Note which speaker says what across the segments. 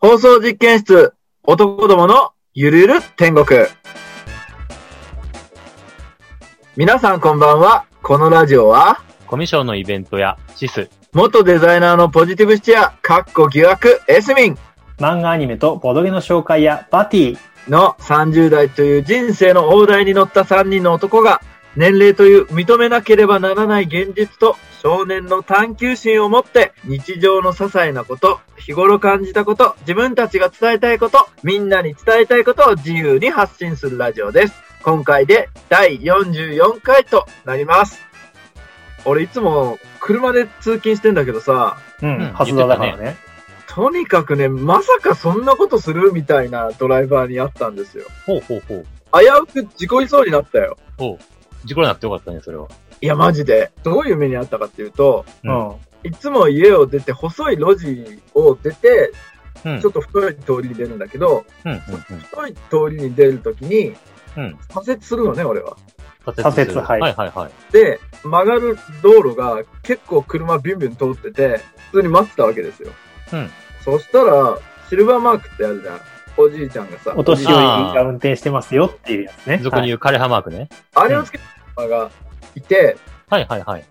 Speaker 1: 放送実験室、男どものゆるゆる天国。皆さんこんばんは。このラジオは、
Speaker 2: コミュ障のイベントやシス、
Speaker 1: 元デザイナーのポジティブシチア、かっこ疑惑、エスミン
Speaker 3: 漫画アニメとボドゲの紹介やバティ、
Speaker 1: の30代という人生の大台に乗った3人の男が、年齢という認めなければならない現実と少年の探求心を持って日常の些細なこと、日頃感じたこと、自分たちが伝えたいこと、みんなに伝えたいことを自由に発信するラジオです。今回で第44回となります。俺いつも車で通勤してんだけどさ、
Speaker 3: うん
Speaker 2: うん
Speaker 3: 発動だからね
Speaker 1: とにかくね、まさかそんなことするみたいなドライバーにあったんですよ。
Speaker 2: ほうほうほう。
Speaker 1: 危うく事故りそうになったよ。
Speaker 2: ほう。事故になってよかったね、それは。
Speaker 1: いや、マジで。どういう目にあったかっていうと、
Speaker 2: う
Speaker 1: いつも家を出て、細い路地を出て、
Speaker 2: うん
Speaker 1: ちょっと太い通りに出るんだけど、
Speaker 2: うん、うん、
Speaker 1: 太い通りに出るときに、
Speaker 2: うん。うん。
Speaker 1: 左折するのね、俺は。
Speaker 3: 左折はい
Speaker 2: はいはいはい。
Speaker 1: で、曲がる道路が結構車ビュンビュン通ってて、普通に待ってたわけですよ。
Speaker 2: うん
Speaker 1: そしたら、シルバーマークってあるじゃん。おじいちゃんがさ、
Speaker 3: お年寄り
Speaker 2: あ
Speaker 3: が運転してますよっていうやつね。
Speaker 2: 俗に言う枯葉マークね。
Speaker 1: あれをつけた車がいて、
Speaker 2: はいはいはい。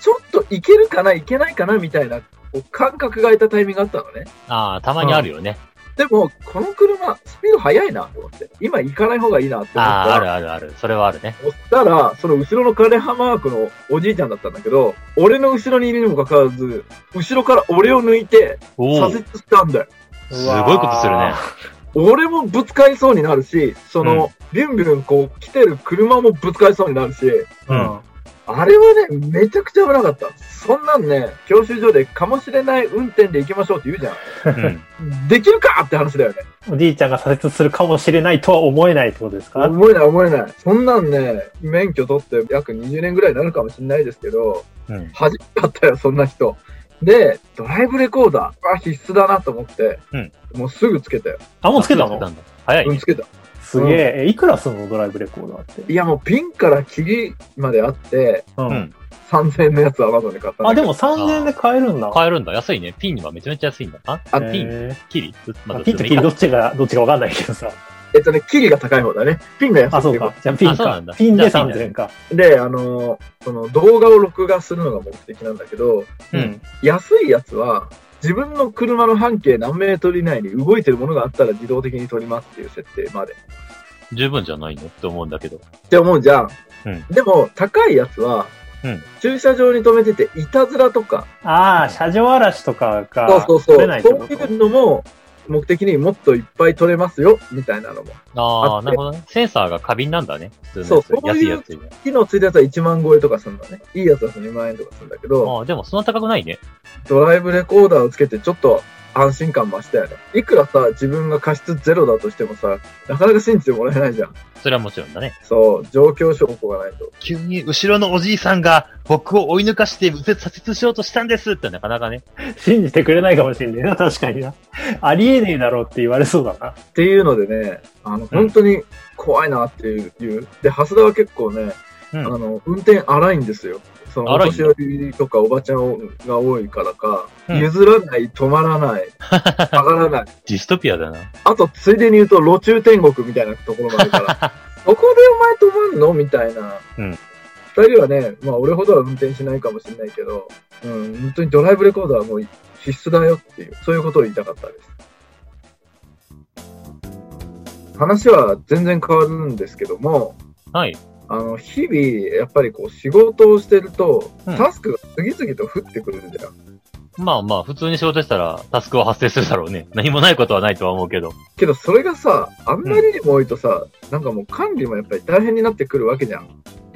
Speaker 1: ちょっといけるかないけないかなみたいな、こう感覚が空いたタイミングがあったのね。
Speaker 2: ああ、たまにあるよね。
Speaker 1: でも、この車、スピード速いなと思って。今行かない方がいいなって思った
Speaker 2: ああ、ある
Speaker 1: ら、
Speaker 2: あるある。それはあるね。
Speaker 1: そしたら、その後ろの枯葉マークのおじいちゃんだったんだけど、俺の後ろにいるにもかかわらず、後ろから俺を抜いて、
Speaker 2: お
Speaker 1: 左
Speaker 2: お
Speaker 1: 折。したんだよ。
Speaker 3: う
Speaker 2: す
Speaker 3: わー
Speaker 2: ごいことするね。
Speaker 1: 俺もぶつかりそうになるし、その、
Speaker 2: うん
Speaker 1: ビュンビュンこう来てる車もぶつかりそうになるし、
Speaker 2: うん
Speaker 1: あれはね、めちゃくちゃ危なかった。そんなんね、教習所でかもしれない運転で行きましょうって言うじゃ
Speaker 2: うん。
Speaker 1: ん。できるかって話だよね。
Speaker 3: うん。おじいちゃんが左折するかもしれないとは思えないってことですか
Speaker 1: 思えない思えない。そんなんね、免許取って約20年ぐらいになるかもしれないですけど、
Speaker 2: うん。
Speaker 1: 初めてだったよ、そんな人。で、ドライブレコーダーは必須だなと思って、
Speaker 2: うん
Speaker 1: もうすぐつけたよ。
Speaker 3: あ、もうつけたの
Speaker 2: んだ早いうね
Speaker 1: ん、。つけた。
Speaker 3: すげえ。えいくらすんのドライブレコーダーって。
Speaker 1: いや、もうピンからキリまであって、
Speaker 3: う
Speaker 2: うんん。
Speaker 1: 3000円のやつは Amazon で買ったんだ
Speaker 3: あ、
Speaker 1: け
Speaker 3: で
Speaker 1: ど。
Speaker 3: も3000円で買えるんだ。
Speaker 2: 買えるんだ。安いね。ピンはめちゃめちゃ安いんだ。あ、
Speaker 1: あ
Speaker 3: へー
Speaker 2: ピン、キリま
Speaker 3: ま
Speaker 2: た
Speaker 3: あピンとキリどっちが、どっちかわかんないけどさ。
Speaker 1: えっとね、キリが高い方だね。ピンが安
Speaker 3: あ、そ
Speaker 1: くて
Speaker 3: うか。じゃあピン
Speaker 2: あそうな
Speaker 3: か
Speaker 2: んだ。
Speaker 3: ピンで
Speaker 2: じゃあピンだ
Speaker 3: 3000円か。
Speaker 1: で、あのーその動画を録画するのが目的なんだけど、
Speaker 2: う
Speaker 3: うんん。
Speaker 1: 安いやつは、自分の車の半径何メートル以内に動いてるものがあったら自動的に撮りますっていう設定まで。
Speaker 2: 十分じゃないのって思うんだけど。
Speaker 1: って思うじゃん。
Speaker 2: うん
Speaker 1: でも、高いやつは、
Speaker 2: うん
Speaker 1: 駐車場に止めてて、いたずらとか、
Speaker 3: ああ、車上荒らしとかが
Speaker 1: そうそうそ
Speaker 3: 取れ
Speaker 1: う、
Speaker 3: ないって
Speaker 1: そう
Speaker 3: こ
Speaker 1: いうのも、目的にもっといっぱい取れますよ、みたいなのも。
Speaker 2: あ
Speaker 1: あっ
Speaker 2: あ、
Speaker 1: て
Speaker 2: なるほどね。センサーが過敏なんだね。普通
Speaker 1: そう
Speaker 2: の
Speaker 1: そう
Speaker 2: やつ。
Speaker 1: い
Speaker 2: 安いうやつよりね。
Speaker 1: 機能ついたやつは1万超えとかするのね。いいやつだと2万円とかするんだけど、
Speaker 2: ああ、でもそんな高くないね。
Speaker 1: ドライブレコーダーをつけてちょっと安心感増したよね。いくらさ、自分が過失ゼロだとしてもさ、なかなか信じてもらえないじゃん。
Speaker 2: それはもちろんだね。
Speaker 1: そう、状況証拠がないと。
Speaker 2: 急に後ろのおじいさんが僕を追い抜かして右折左折しようとしたんですってなかなかね。
Speaker 3: と。信じてくれないかもしれないな、確かにな。ありえねえだろうって言われそうだな。
Speaker 1: っていうのでね、あの、本当に怖いなっていう。で、蓮田は結構ね、
Speaker 2: うん
Speaker 1: あの、運転荒いんですよ。その、お
Speaker 2: 荒いん
Speaker 1: 年
Speaker 2: だ
Speaker 1: 寄りとかおばちゃんが多いからか、
Speaker 2: うん
Speaker 1: 譲らない、止まら ない、上がらない。
Speaker 2: ディストピアだな。
Speaker 1: あと、ついでに言うと、路中天国みたいなところもある から、そこでお前止まんのみたいな。
Speaker 2: うん
Speaker 1: 二人はね、まあ、俺ほどは運転しないかもしれないけど、うん、本当にドライブレコーダーはもう必須だよっていう、そういうことを言いたかったです。話は全然変わるんですけども、
Speaker 2: はい。
Speaker 1: あの、日々、やっぱりこう、仕事をしてると、
Speaker 2: うん
Speaker 1: タスクが次々と降ってくるんだよ。
Speaker 2: まあまあ、普通に仕事したらタスクは発生するだろうね。何もないことはないとは思うけど。
Speaker 1: けど、それがさ、あんまりにも多いとさ、なんかもう管理もやっぱり大変になってくるわけじゃん。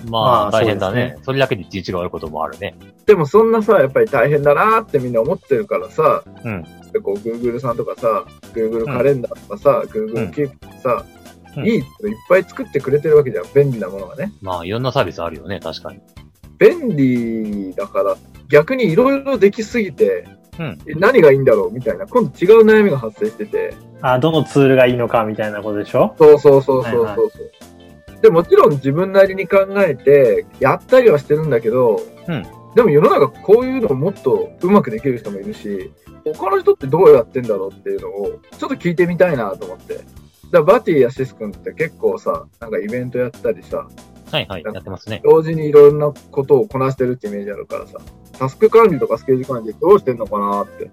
Speaker 2: まあ、
Speaker 3: まあ
Speaker 2: 大変だ
Speaker 3: そうで
Speaker 2: ね
Speaker 3: す
Speaker 2: それだけで一日が終わることもあるね。
Speaker 1: でもそんなさ、やっぱり大変だなーってみんな思ってるからさ、
Speaker 2: うん。
Speaker 1: こう Google さんとかさ、Google カレンダーとかさ、
Speaker 2: うん
Speaker 1: Google Keep とかさ、
Speaker 2: うん
Speaker 1: いいっていっぱい作ってくれてるわけじゃん、便利なものがね。
Speaker 2: まあ、いろんなサービスあるよね、確かに。
Speaker 1: 便利だから、逆にいろいろできすぎて、
Speaker 2: うん
Speaker 1: え何がいいんだろうみたいな、今度違う悩みが発生してて、
Speaker 3: あ、どのツールがいいのかみたいなことでしょ
Speaker 1: そうそうそうそうそうそう。
Speaker 3: はい
Speaker 1: でもちろん自分なりに考えて、やったりはしてるんだけど、
Speaker 2: うん
Speaker 1: でも世の中こういうのをもっとうまくできる人もいるし、他の人ってどうやってんだろうっていうのを、ちょっと聞いてみたいなと思って。だからバティやシス君って結構さ、なんかイベントやったりさ、
Speaker 2: はいはい、やってますね。
Speaker 1: 同時にいろんなことをこなしてるってイメージあるからさ、タスク管理とかスケジュール管理ってどうしてんのかなって。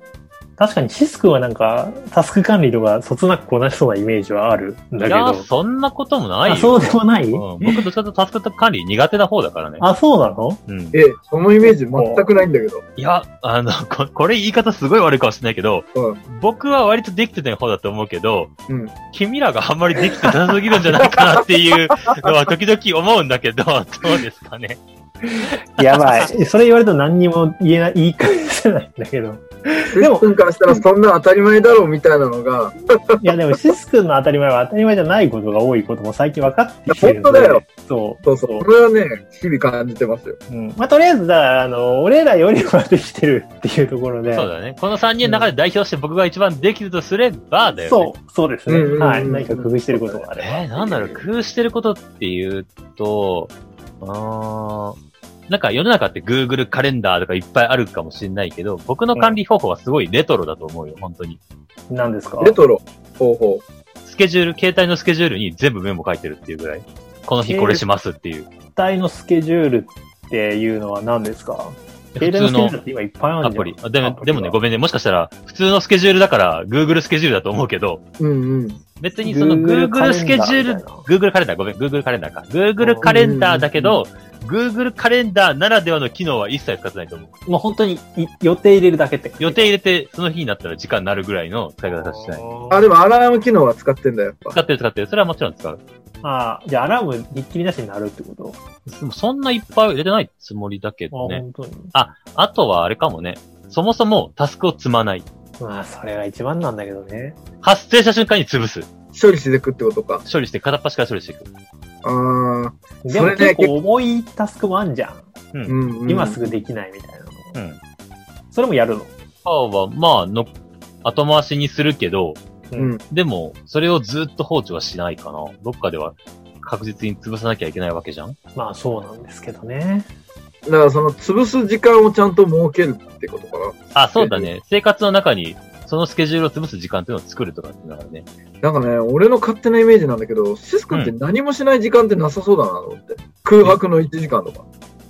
Speaker 3: 確かにシス君はなんか、タスク管理とか、そつなくこなしそうなイメージはあるん
Speaker 2: い
Speaker 3: だけ
Speaker 2: やー、
Speaker 3: ど。
Speaker 2: そんなこともないよ。
Speaker 3: あ、そうでもない、
Speaker 2: うん、僕どっちかというとタスク管理苦手な方だからね。
Speaker 3: あ、そうなの
Speaker 2: うん、
Speaker 1: え、そのイメージ全くないんだけど。
Speaker 2: いや、あのこ、これ言い方すごい悪いかもしれないけど、
Speaker 1: う
Speaker 2: 僕は割とできてない方だと思うけど、
Speaker 1: うん
Speaker 2: 君らがあんまりできてなすぎるんじゃないかなっていうのは時々思うんだけど、 どうですかね。
Speaker 3: やばい。 それ言われると何にも言えない、言い返せないんだけど。
Speaker 1: でも、君からしたらそんな当たり前だろうみたいなのが、
Speaker 3: いや、でもシス君の当たり前は当たり前じゃないことが多いことも最近分かってきてるので。
Speaker 1: いや本
Speaker 3: そ
Speaker 1: そうそう、それはね、日々感じてますよ。
Speaker 3: う。うん。まあ、とりあえず、だから、あの、俺らよりはできてるっていうところで。
Speaker 2: そうだね。この3人の中で代表して僕が一番できるとすればだよね。
Speaker 3: そう、そうですね。
Speaker 1: うんうんうん
Speaker 3: はい。何か工夫してることがあれば。
Speaker 2: えー、なんだろう、工夫してることっていうと、あーなんか世の中って Google カレンダーとかいっぱいあるかもしれないけど、僕の管理方法はすごいレトロだと思うよ、本当に。
Speaker 3: 何ですか
Speaker 1: レトロ、方法。
Speaker 2: スケジュール、携帯のスケジュールに全部メモ書いてるっていうぐらい。この日これしますっていう。
Speaker 3: 携帯のスケジュールっていうのは何ですか
Speaker 2: 普
Speaker 3: 携
Speaker 2: 通
Speaker 3: 帯のスケジュー
Speaker 2: の
Speaker 3: ルって今いっぱいある
Speaker 2: ア
Speaker 3: んじ
Speaker 2: プ
Speaker 3: ゃん
Speaker 2: リ。あでも、でもね、ご
Speaker 3: め
Speaker 2: めんね、もしかしたら、普通のスケジュールだから、Google スケジュールだと思うけど、
Speaker 1: うんうん。
Speaker 2: 別にその Google スケジュール、Google カレンダー、ごめん、Google カレンダーか。Google カレンダーだけど、Google カレンダーならではの機能は一切使ってないと思う。
Speaker 3: もう本当にい予定入れるだけって。
Speaker 2: 予定入れて、その日になったら時間になるぐらいの使い方してない。
Speaker 3: あ
Speaker 1: あ、でもアラーム機能は使ってんだ、やっぱ。
Speaker 2: 使ってる使ってる。それはもちろん使う。
Speaker 3: あー、じゃあアラームひっきりなしになるってこと
Speaker 2: でもそんないっぱい入れてないつもりだけ
Speaker 3: あ
Speaker 2: どね。
Speaker 3: 本当に。
Speaker 2: あとはあれかもね。そもそもタスクを積まない。
Speaker 3: まあ、それが一番なんだけどね。
Speaker 2: 発生した瞬間に潰す。
Speaker 1: 処理していくってことか。
Speaker 2: 処理して、片っ端から処理していく。
Speaker 1: ああ、
Speaker 3: で
Speaker 1: そ
Speaker 3: も
Speaker 1: れね
Speaker 3: 結構重いタスクもあんじゃ
Speaker 1: う
Speaker 3: ん。
Speaker 1: ん、うん。
Speaker 3: 今すぐできないみたいなの。
Speaker 2: うん。
Speaker 3: それもやるの。
Speaker 2: パワーは、まあ、の、後回しにするけど、
Speaker 1: うん。
Speaker 2: でも、それをずっと放置はしないかな。どっかでは確実に潰さなきゃいけないわけじゃん
Speaker 3: まあ、そうなんですけどね。
Speaker 1: だからその潰す時間をちゃんと設けるってことか
Speaker 2: あ、そうだね。生活の中に、そのスケジュールを潰す時間っていうのを作るとかってだからね。
Speaker 1: な。なんかね、俺の勝手なイメージなんだけど、シス君って何もしない時間ってなさそうだなと思って。空白の1時間とか。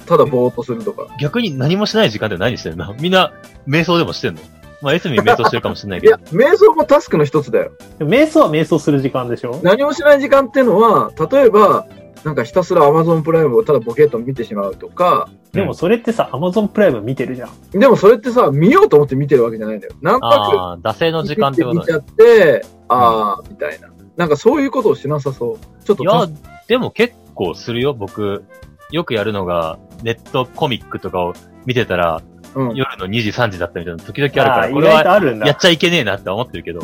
Speaker 1: ただぼーっとするとか。
Speaker 2: 逆に何もしない時間って何してるのみ んな、瞑想でもしてんのまあ、エスミン瞑想してるかもしれない
Speaker 1: い
Speaker 2: け
Speaker 1: や
Speaker 2: ど。、
Speaker 1: 瞑想もタスクの一つだよ。
Speaker 3: でも瞑想は瞑想する時間でしょ
Speaker 1: 何もしない時間っていうのは、例えば、なんかひたすら Amazon プライムをただボケっと見てしまうとか、
Speaker 3: でもそれってさ、Amazon プライム見てるじゃん。
Speaker 1: でもそれってさ、見ようと思って見てるわけじゃないんだよ。なんとなく
Speaker 2: ああ、惰性の時間ってこと
Speaker 1: 見ち
Speaker 2: ね。
Speaker 1: ゃって、ああ、みたいな。なんかそういうことをしなさそう。ちょっと
Speaker 2: いや
Speaker 1: 確か、
Speaker 2: でも結構するよ、僕。よくやるのが、ネットコミックとかを見てたら、
Speaker 1: うん。
Speaker 2: 夜の2時、3時だったみたいなの時々あるから、
Speaker 3: ー
Speaker 2: こ
Speaker 3: 意
Speaker 2: れ
Speaker 3: 外
Speaker 2: は
Speaker 3: とあるんだ。
Speaker 2: やっちゃいけねえなって思ってるけど。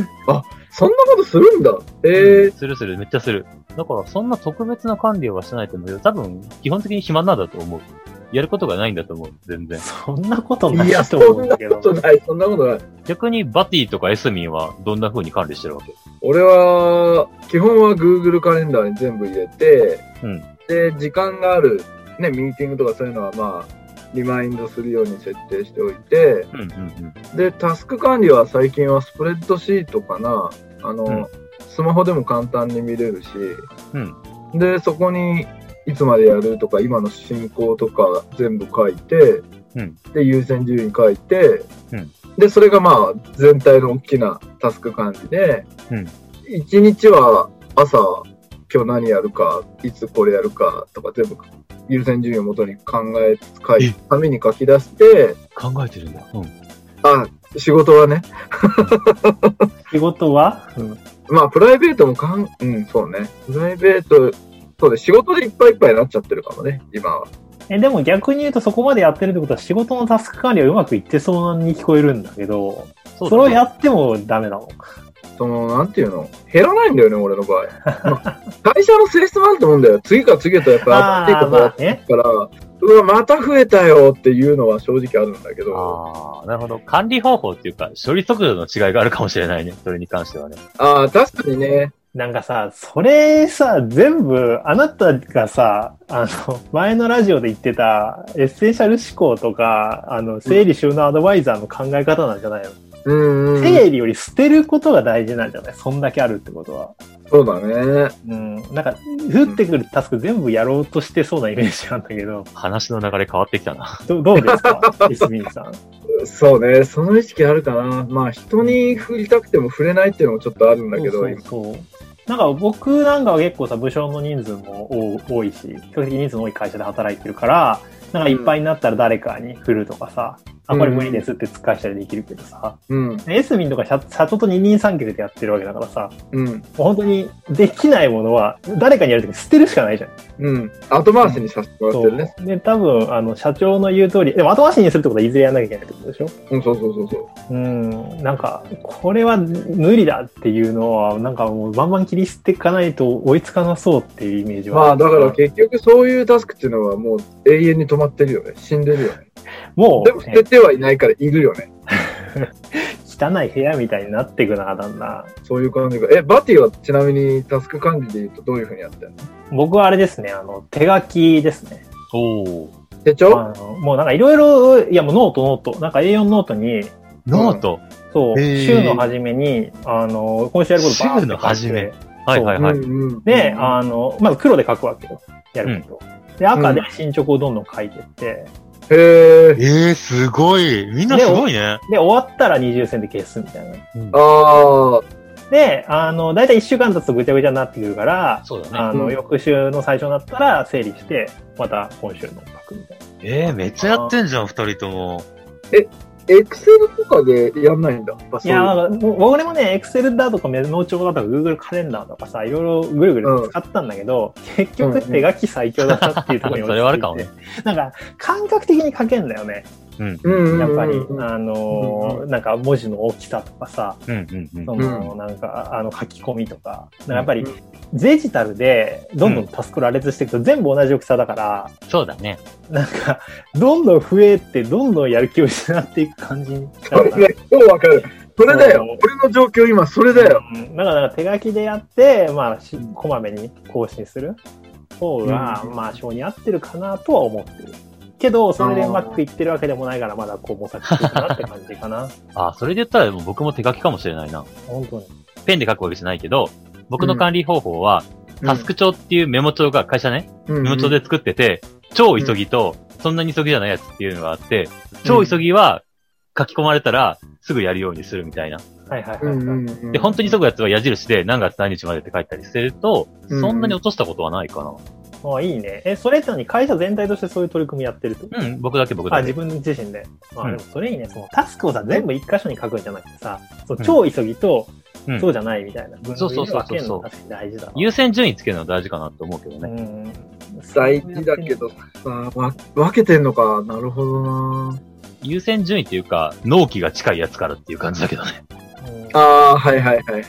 Speaker 1: そんなことするんだ。えー、
Speaker 2: するする、めっちゃする。だから、そんな特別な管理はしてないと思うけど、多分、基本的に暇なんだと思う。やることがないんだと思う、全然。
Speaker 3: そんなことない
Speaker 1: いや、
Speaker 3: と
Speaker 1: そ
Speaker 3: 思うんん
Speaker 1: な
Speaker 3: だけ
Speaker 1: こ
Speaker 3: ど。
Speaker 1: とない、そんなことない。
Speaker 2: 逆に、バティとかエスミンは、どんな風に管理してるわけ
Speaker 1: 俺は、基本は Google カレンダーに全部入れて、
Speaker 2: うん
Speaker 1: で、時間がある、ね、ミーティングとかそういうのは、まあ、リマインドするように設定しておいて、
Speaker 2: うんうんうん。
Speaker 1: で、タスク管理は最近はスプレッドシートかな。あの、
Speaker 2: うん
Speaker 1: スマホでも簡単に見れるし、
Speaker 2: うん
Speaker 1: で、そこにいつまでやるとか、今の進行とか全部書いて、
Speaker 2: うん
Speaker 1: で、優先順位書いて、
Speaker 2: うん
Speaker 1: で、それがまあ、全体の大きなタスク管理で、
Speaker 2: うん
Speaker 1: 一日は朝、今日何やるか、いつこれやるかとか全部優先順位をもとに考えつつ書い
Speaker 2: え
Speaker 1: て、紙に書き出して、
Speaker 2: 考えてるんだ。うん。
Speaker 1: あ、仕事はね、
Speaker 3: 仕事は、
Speaker 1: まあ、プライベートもかん、うん、そうね。プライベート、そうね、仕事でいっぱいいっぱいになっちゃってるかもね、今は。
Speaker 3: え、でも逆に言うとそこまでやってるってことは仕事のタスク管理はうまくいってそうに聞こえるんだけど、
Speaker 2: そ
Speaker 3: それをやってもダメなの。
Speaker 1: その、なんていうの減らないんだよね、俺の場 合。まあ会社の性質もあると思うんだよ。次から次へとやっぱ
Speaker 3: あ
Speaker 1: り新しい
Speaker 3: あ、
Speaker 1: こと
Speaker 3: ま
Speaker 1: だ
Speaker 3: あね。
Speaker 1: から、うわ、また増えたよっていうのは正直あるんだけど、
Speaker 2: ああ、なるほど。管理方法っていうか、処理速度の違いがあるかもしれないね。それに関してはね。
Speaker 1: ああー、確かにね、
Speaker 3: なんかさ、それさ、全部、あなたがさ、あの、前のラジオで言ってた、エッセンシャル思考とか、あの、整理収納アドバイザーの考え方なんじゃないの、
Speaker 1: うんうん。
Speaker 3: 整理より捨てることが大事なんじゃないそんだけあるってことは。
Speaker 1: そうだね。
Speaker 3: うん。なんか、降ってくるタスク全部やろうとしてそうなイメージなんだけど、
Speaker 2: 話の流れ変わってきたな。
Speaker 3: どどうですかエスミンさん。
Speaker 1: そうね。その意識あるかな。まあ、人に振りたくても振れないっていうのもちょっとあるんだけど、
Speaker 3: そうそうそうなんか僕なんかは結構さ、部署の人数も多多いし、比較的人数の多い会社で働いてるから、なんかいっぱいになったら誰かに振るとかさ、あ、これ無理ですって突っ返したりできるけどさ、
Speaker 1: 今うん。
Speaker 3: エスミンとか社社長と二人三脚でやってるわけだからさ、
Speaker 1: うん。
Speaker 3: もう本当にできないものは誰かにやるとき捨てるしかないじゃん。
Speaker 1: うん。後回しにさせてもらってるね。
Speaker 3: そうで、多分、あの、社長の言う通り、でも後回しにするってことはいずれやんなきゃいけないってことでしょ
Speaker 1: うん、そうそうそうそう。
Speaker 3: うん、なんか、これは無理だっていうのは、なんかもうバンバン切り捨ていかないと追いつかなそうっていうイメージは。
Speaker 1: まあ、だから結局そういうタスクっていうのはもう永遠に止まってるよね。死んでるよね。
Speaker 3: も
Speaker 1: でも
Speaker 3: う
Speaker 1: 捨て
Speaker 3: ね、
Speaker 1: てはいないからいるよね。
Speaker 3: 汚い部屋みたいになっていくな、だんだん。
Speaker 1: そういう感じが。え、バティはちなみにタスク管理で言うとどういうふうにやってるの
Speaker 3: 僕はあれですね、あの、手書きですね。
Speaker 2: おお。
Speaker 1: 手
Speaker 3: あ
Speaker 1: 帳
Speaker 3: のもうなんかいろいろ、いやもうノートノート、なんか A4 ノートに、
Speaker 2: ノート。
Speaker 3: そう、
Speaker 2: へー
Speaker 3: 週の初めに、あの、今週やることバーって書いて
Speaker 2: 週の初めはいはいはい。
Speaker 1: うんうん
Speaker 3: で、あの、まず黒で書くわけよ。やること。で、赤で進捗をどんどん書いてって、
Speaker 1: へえ。
Speaker 2: ええー、すごい。みんなすごいね。
Speaker 3: で、終わったら二重線で消すみたいな。
Speaker 1: ああ、
Speaker 3: で、あの、だいたい1週間経つとぐちゃぐちゃになってくるから、
Speaker 2: そうだね。
Speaker 3: あの、
Speaker 1: うん
Speaker 3: 翌週の最初になったら整理して、また今週の書くみたいな。
Speaker 2: ええー、めっちゃやってんじゃん、二人とも。
Speaker 1: エクセルとかでやんないんだ。やっぱ
Speaker 3: い
Speaker 1: そういう
Speaker 3: や、なんか、僕もね、Excel だとか、メモ帳だとか、Google カレンダーとかさ、いろいろぐるぐる使ったんだけど、結局手書き最強だなっていうところに落ち着いて。
Speaker 2: それはあるかもね。
Speaker 3: なんか、感覚的に書けんだよね。
Speaker 2: うん。
Speaker 1: うんうんうん
Speaker 3: やっぱり、
Speaker 1: うん
Speaker 3: あのーなんか文字の大きさとかさ、
Speaker 2: うんうんうん
Speaker 3: そ。の、なんか、あの、書き込みとか、なんかやっぱり
Speaker 1: うん、
Speaker 3: デジタルで、どんどんタスク羅列していくと、全部同じ大きさだから、
Speaker 2: そうだね。
Speaker 3: なんか、どんどん増えて、どんどんやる気を失っていく感じに
Speaker 1: それね、ようわかる。それだよ
Speaker 3: そう。
Speaker 1: 俺の状況今、それだよ。
Speaker 3: うんだから、手書きでやって、まあ、しこまめに更新する方が、
Speaker 1: うん
Speaker 3: まあ、性に合ってるかなとは思ってる。けど、それでうまくいってるわけでもないから、まだこう模索していくなって感じかな。
Speaker 2: あ、それで言ったらもう僕も手書きかもしれないな。
Speaker 3: 本当に。
Speaker 2: ペンで書くわけじゃないけど、僕の管理方法は、
Speaker 1: うん
Speaker 2: タスク帳っていうメモ帳が会社ね、
Speaker 1: うん
Speaker 2: メモ帳で作ってて、超急ぎと、そんなに急ぎじゃないやつっていうのがあって、超急ぎは書き込まれたらすぐやるようにするみたいな。
Speaker 3: はいはいは
Speaker 1: う
Speaker 3: い、はい
Speaker 1: んうんうん
Speaker 2: で、本当に急ぐやつは矢印で何月何日までって書いたりすると、
Speaker 1: うん
Speaker 2: そんなに落としたことはないかな。
Speaker 3: あいいね。え、それってのに会社全体としてそういう取り組みやってるってこと、
Speaker 2: うん、僕だけ僕
Speaker 3: あ、
Speaker 2: だ
Speaker 3: 自
Speaker 2: け。
Speaker 3: 分自身で。ま
Speaker 2: う
Speaker 3: あ、
Speaker 2: ん
Speaker 3: でもそれいいね。そのタスクをさ、全部一箇所に書くんじゃなくてさ、そう超急ぎと、
Speaker 2: うん
Speaker 3: そうじゃないみたいな。分
Speaker 2: そうそうそうそう
Speaker 3: 類で分けるの確かに大事だな。
Speaker 2: 優先順位つけるのは大事かなと思うけど
Speaker 3: う
Speaker 2: ね。
Speaker 3: ん。
Speaker 1: 大事だけどさ、わ分けてんのか。なるほどな。
Speaker 2: 優先順位っていうか、納期が近いやつからっていう感じだけどね。
Speaker 3: うん。
Speaker 1: ああ、はいはいはいはい。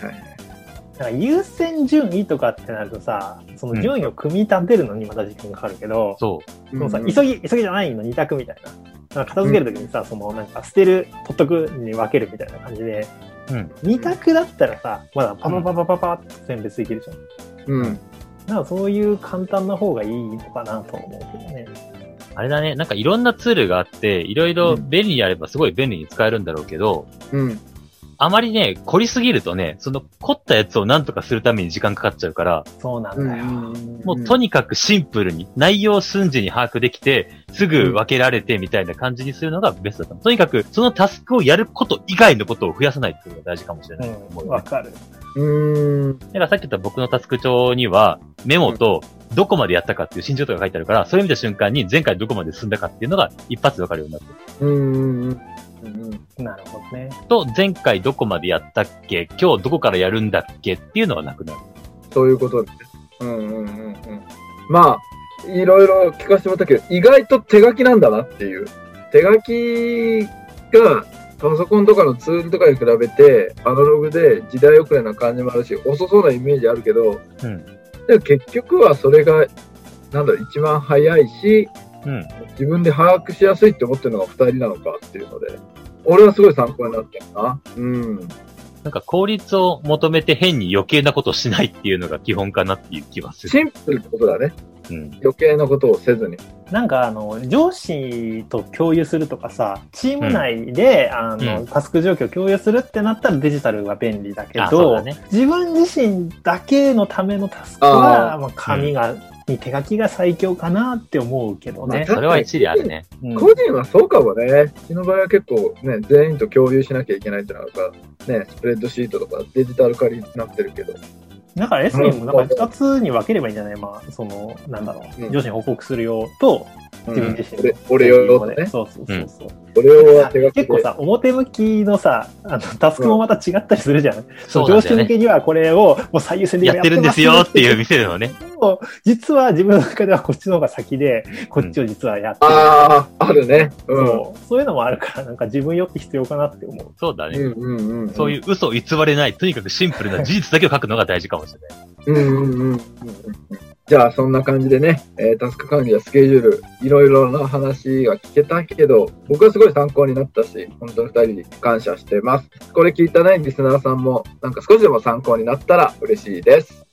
Speaker 3: なんか優先順位とかってなるとさ、その順位を組み立てるのにまた時間がかかるけど、
Speaker 2: そ
Speaker 3: そのさ、
Speaker 1: うん
Speaker 3: 急ぎ、急ぎじゃないの二択みたいな。なんか片付けるときにさ、そのなんか捨てる、取っとくに分けるみたいな感じで、
Speaker 2: うん
Speaker 3: 二択だったらさ、まだパパパパパパって選別できるじゃん。
Speaker 1: うん。
Speaker 3: なんかそういう簡単な方がいいのかなと思うけどね。
Speaker 2: う。あれだね、なんかいろんなツールがあって、いろいろ便利にやればすごい便利に使えるんだろうけど、
Speaker 1: うん。
Speaker 2: あまりね、凝りすぎるとね、その凝ったやつをなんとかするために時間かかっちゃうから、
Speaker 3: そうなん
Speaker 1: う
Speaker 3: だよ。
Speaker 1: ん。
Speaker 2: もうとにかくシンプルに、内容を瞬時に把握できて、すぐ分けられてみたいな感じにするのがベストだった。とにかく、そのタスクをやること以外のことを増やさないっていうのが大事かもしれないと思
Speaker 3: う、
Speaker 2: うんよ
Speaker 3: わ
Speaker 2: ね。
Speaker 3: かる。
Speaker 1: うん。
Speaker 2: だからさっき言った僕のタスク帳には、メモと、どこまでやったかっていう進捗とか書いてあるから、それ見た瞬間に前回どこまで進んだかっていうのが一発でわかるようになってる
Speaker 1: うん。うん。うん。
Speaker 3: なるほどね。
Speaker 2: と、前回どこまでやったっけ今日どこからやるんだっけっていうのがなくなる。
Speaker 1: そういうことです。うんうんうんうん。まあ、いろいろ聞かせてもらったけど、意外と手書きなんだなっていう。手書きが、パソコンとかのツールとかに比べて、アナログで時代遅れな感じもあるし、遅そうなイメージあるけど、
Speaker 2: うん。
Speaker 1: でも結局はそれが、なんだろう、一番早いし、
Speaker 2: うん。
Speaker 1: 自分で把握しやすいって思ってるのが二人なのかっていうので、俺はすごい参考になったよな。うん。
Speaker 2: なんか効率を求めて変に余計なことしないっていうのが基本かなっていう気はする。
Speaker 1: シンプルってことだね。
Speaker 2: うん。
Speaker 1: 余計なことをせずに。
Speaker 3: なんかあの上司と共有するとかさチーム内で、あの
Speaker 2: うん
Speaker 3: タスク状況を共有するってなったらデジタルが便利だけ
Speaker 2: あそう
Speaker 3: ど、
Speaker 2: だね
Speaker 3: 自分自身だけのためのタスク
Speaker 1: あ
Speaker 3: はまあ、紙が、に手書きが最強かなって思うけどね。
Speaker 1: ま
Speaker 2: それは一理あるね。
Speaker 3: うん
Speaker 1: 個人はそうかもね。うちの場合は結構ね、全員と共有しなきゃいけないってなるから、ね、スプレッドシートとかデジタル化になってるけど。
Speaker 3: だからエスミンもなんか2つに分ければいいんじゃないまあ、その、なんだろう、
Speaker 1: うん
Speaker 3: 上司に報告する用と、自分自身
Speaker 1: うん俺俺用とね。
Speaker 3: そうそうそうそう。
Speaker 1: 俺用は手書きで。
Speaker 3: 結構さ、表向きのさ、あの、タスクもまた違ったりするじゃん。
Speaker 2: そうなん
Speaker 3: 上
Speaker 2: だ
Speaker 3: 司
Speaker 2: よ
Speaker 3: 向
Speaker 2: ね。
Speaker 3: けにはこれをもう最優先で
Speaker 2: やってるんですよっていう店のね。
Speaker 3: でも実は自分の中ではこっちの方が先で、こっちを実はやってる。
Speaker 1: ああ、あるね。うん。
Speaker 3: そうそういうのもあるから、なんか自分よって必要かなって思う。
Speaker 2: そうだね。
Speaker 1: うんうんうん。。
Speaker 2: そういうう嘘を偽れない、とにかくシンプルな事実だけを書くのが大事かもしれない。
Speaker 1: うんうんうんうん。じゃあ、そんな感じでね、えータスク管理やスケジュール、いろいろな話が聞けたけど、僕はすごい参考になったし、本当に二人に感謝してます。これ聞いたね、リスナーさんも、なんか少しでも参考になったら嬉しいです。